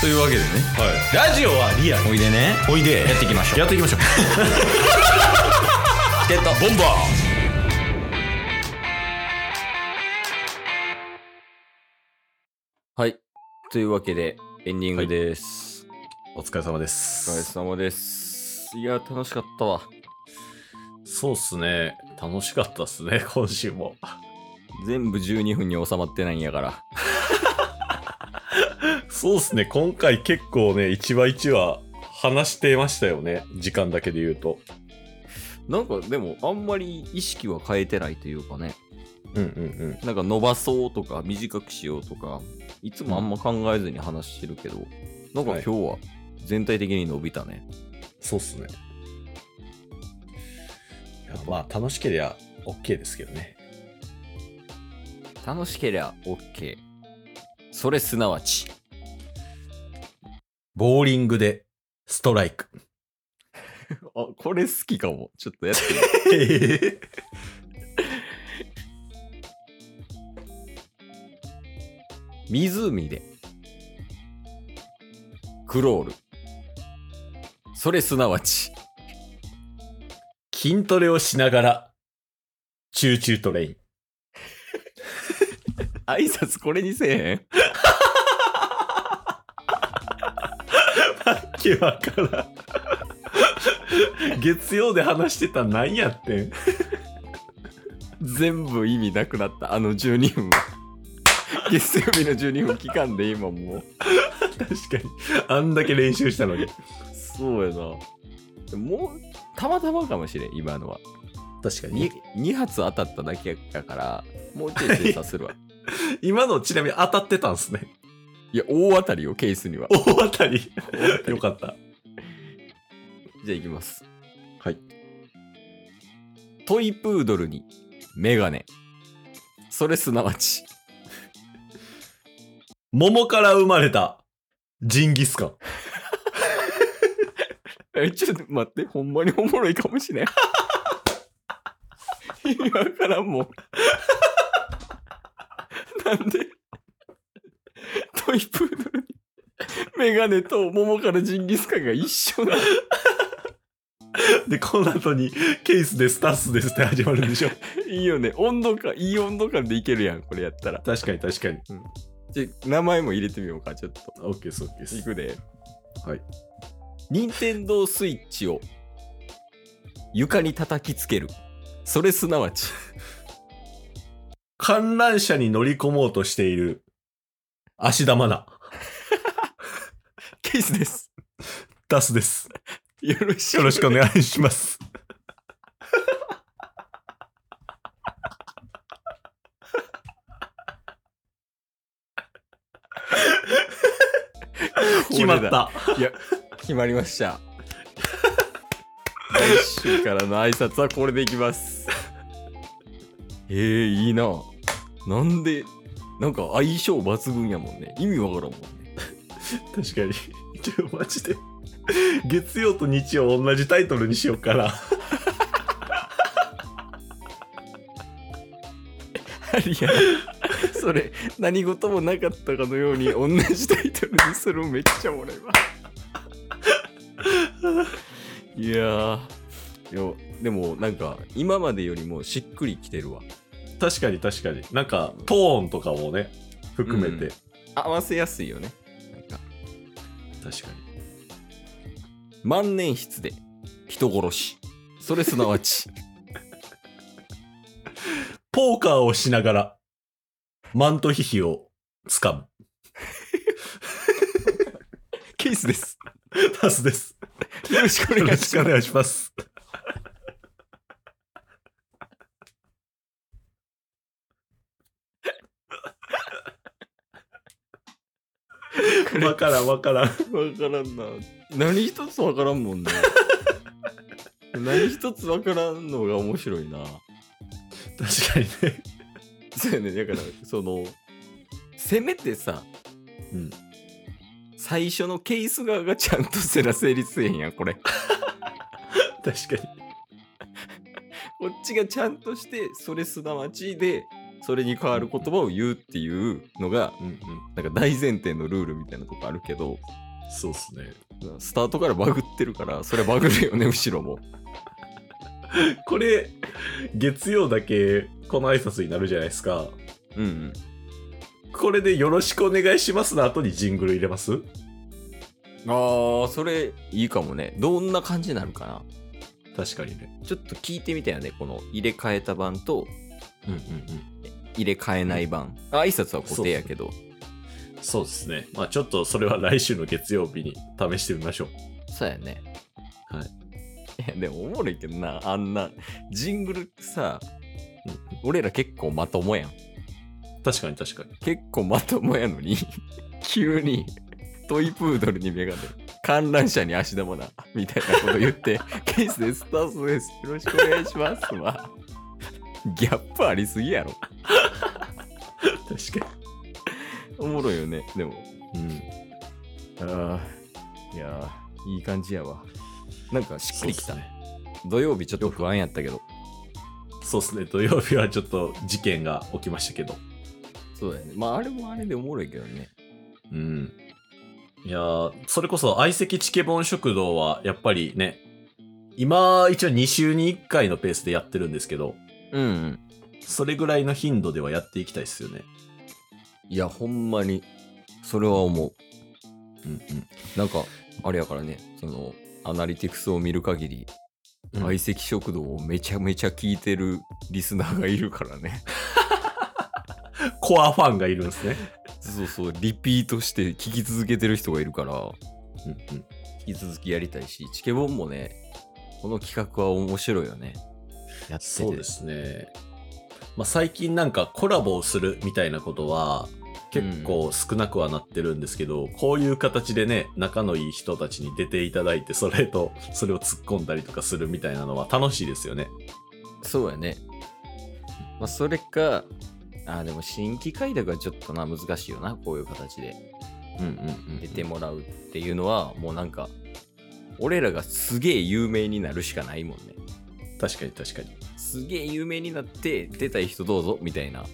というわけでねラジオはリアルおいでねおいでやっていきましょうやっていきましょうチケットボンバーはいというわけでエンディングです、お疲れ様でお疲れす様ですいや楽しかったわそうっすね楽しかったっすね 今週も全部12分に収まってないんやからそうっすね今回結構ね一話一話話してましたよね時間だけで言うとなんかでもあんまり意識は変えてないというかねうんうんなんか伸ばそうとか短くしようとかいつもあんま考えずに話してるけど、なんか今日は全体的に伸びたね、そうっすねいやまあ楽しけりゃ OK ですけどね楽しけりゃ OK それすなわちボーリングでストライ ク あこれ好きかもちょっとやってみよう湖でクロールそれすなわち筋トレをしながらチューチュートレイン挨拶これにせえへんさっきわからん月曜で話してたなんやってん全部意味なくなったあの12分は月曜日の12分期間で今もう確かにあんだけ練習したのにそうやなもうたまたまかもしれん今のは確か 2, 2発当たっただけやからもうちょい精査 するわ今のちなみに当たってたんすねいや大当たりよケースには大当たり大当たりよかったじゃあいきますはいトイプードルにメガネそれすなわち桃から生まれたジンギスカンえちょっと待ってほんまにおもろいかもしれん意味わからんもんなんでトイプードルにメガネと桃からジンギスカンが一緒なのでこの後にケースでスタッスですって始まるんでしょいいよね温度感いい温度感でいけるやんこれやったら確かに確かにちょ名前も入れてみようかちょっと OK です OK でいすくではい任天堂スイッチを床に叩きつけるそれすな わち観覧車に乗り込もうとしている芦田愛菜ケースですダスですよろしくよろしくお願いします決まったいや、決まりました。来週からの挨拶はこれでいきます。えー、いいな。なんで、なんか相性抜群やもんね。意味わからんもんね。確かに ちょマジで月曜と日曜同じタイトルにしようからありや。それ、何事もなかったかのように、同じタイトルにするめっちゃおもろ いわ。いやー。いやでもなんか今までよりもしっくりきてるわ確かに確かになんかトーンとかもね含めて、合わせやすいよねなんか確かに万年筆で人殺しそれすなわちポーカーをしながらマントヒヒをつかむ ケースですタスですよろしくおよ願ろいしくしまおす願いしますこ れわからんわからん分からんな何一つ分からんも んね何一つ分からんのが面白いな確かにねそうやねだからそのせめてさ、うん最初のケース側がちゃんとせら成立せえへんやんこれこ確かにっちがちゃんとしてそれすなわちでそれに代わる言葉を言うっていうのがうんうん。なんか大前提のルールみたいなとこあるけどそうっすね。スタートからバグってるからそれバグるよ ね後ろもこれ、月曜だけこの挨拶になるじゃないですか。うんうんこれでよろしくお願いしますの後にジングル入れますあーそれいいかもねどんな感じになるかな確かにね。ちょっと聞いてみたよねこの入れ替えた版とうんうんうん。入れ替えない版、あ挨拶は固定やけどそうですね。まあちょっとそれは来週の月曜日に試してみましょう。そうやねはい いやでもおもろいけどなあんなジングルってさうんうん俺ら結構まともやん確かに確かに。結構まともやのに 急にトイプードルにメガネ観覧車に足玉だみたいなこと言って ケースですスタートですよろしくお願いしますはギャップありすぎやろ確かおもろいよねでもに。うん。ああいやーいい感じやわなんかしっくりきた、そうっすね土曜日ちょっと不安やったけどそうですね。土曜日はちょっと事件が起きましたけど。そうだよねまああれもあれでおもろいけどねうん。いやーそれこそ相席チケボン食堂はやっぱりね、今一応2週に1回のペースでやってるんですけど、うん、うん、それぐらいの頻度ではやっていきたいですよね。いやほんまにそれは思ううんなんかあれやからねそのアナリティクスを見る限りうん相席食堂をめちゃめちゃ聞いてるリスナーがいるからねコアファンがいるんですね。 そうそうリピートして聞き続けてる人がいるからうんうん引き続きやりたいしチケボンもねこの企画は面白いよねやっててそうですね。まあ、最近なんかコラボをするみたいなことは結構少なくはなってるんですけど、こういう形でね、仲のいい人たちに出ていただいて、それと、それを突っ込んだりとかするみたいなのは楽しいですよね。そうやねまあそれかあーでも新規開拓はちょっとな難しいよなこういう形でうんうんうん出てもらうっていうのはもうなんか俺らがすげえ有名になるしかないもんね確かに確かに。すげえ有名になって出たい人どうぞみたいなっっ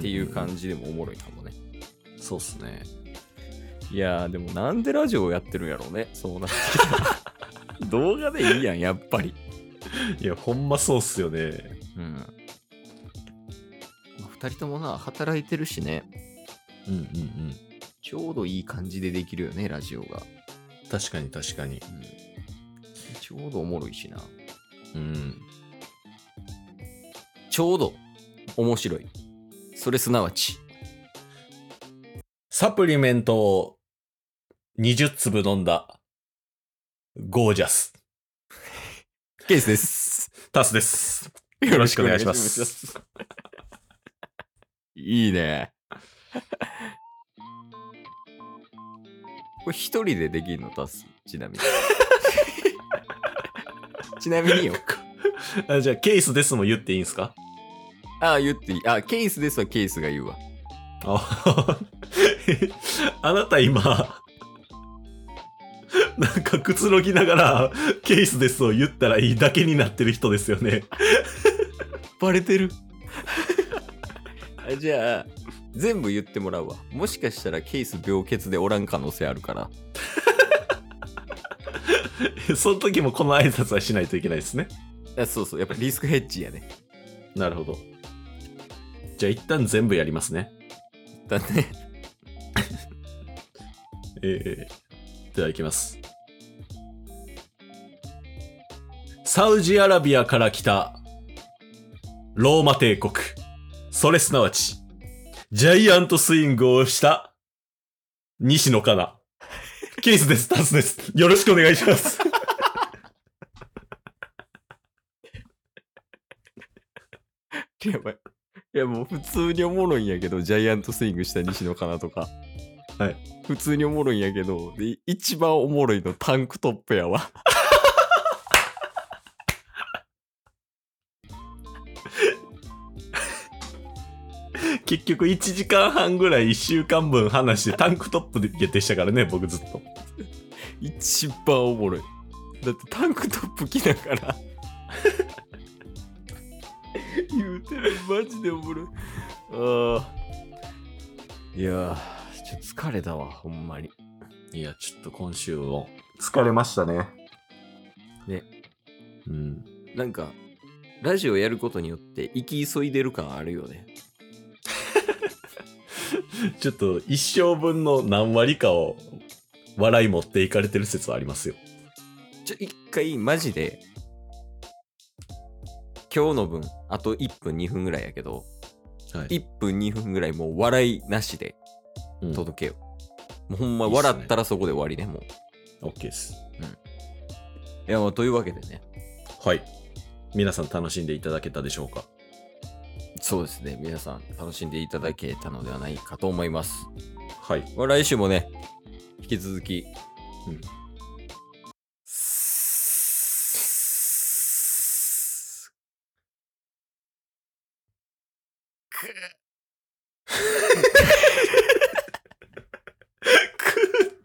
ていう感じでもおもろいかもね、じ。そうっすね。いやーでもなんでラジオやってるんやろうねそうなってきた ら動画でいいやんやっぱりいや、ほんまそうっすよね。うん、まあ、2人ともな働いてるしねうんうんうん。ちょうどいい感じでできるよねラジオが、確かに確かに。うん、ちょうどおもろいしなうん。ちょうど面白いそれすなわちサプリメントを20粒飲んだ、ゴージャス。ケースですタスです。よろしくお願いします。いいね。 これ一人でできるの出すち なみに。ちなみによ。あじゃあ、ケースですも言っていいんすかああ、言っていい。ああ、ケースですはケースが言うわ。あ あなた今、なんかくつろぎながら、ケースですを言ったらいいだけになってる人ですよね。バレてる。じゃ あ、全部言ってもらうわ。もしかしたらケース病欠でおらん可能性あるから。その時もこの挨拶はしないといけないですね。あそうそう、やっぱリスクヘッジやね。なるほど。じゃあ一旦全部やりますね。だね。えー、では行きます。サウジアラビアから来たローマ帝国。それすなわち、ジャイアントスイングをした西野かな。ケースです、タスです。よろしくお願いします。やばい。いやもう普通におもろいんやけど、ジャイアントスイングした西野かなとか。はい。普通におもろいんやけど、で一番おもろいのタンクトップやわ。 結局1時間半ぐらい1週間分話してタンクトップででしたからね、僕ずっと。一番おもろい。だってタンクトップ着ながら。 言うてるマジでおもろいあーいやーちょっと疲れたわほんまにいや、ちょっと今週も。疲れましたね。ね。うん。なんかラジオやることによって生き急いでる感あるよねちょっと一生分の何割かを笑い持っていかれてる説はありますよ。ちょ一回マジで今日の分あと1分2分ぐらいやけどは。 1分2分ぐらいもう笑いなしでうん、オッ届けよう、もうほんまいいっすね笑ったらそこで終わりねもうケーです。いやまあというわけでねはい。皆さん楽しんでいただけたでしょうかそうですね皆さん楽しんでいただけたのではないかと思いますはい。まあ来週もね引き続き、うんくっ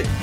す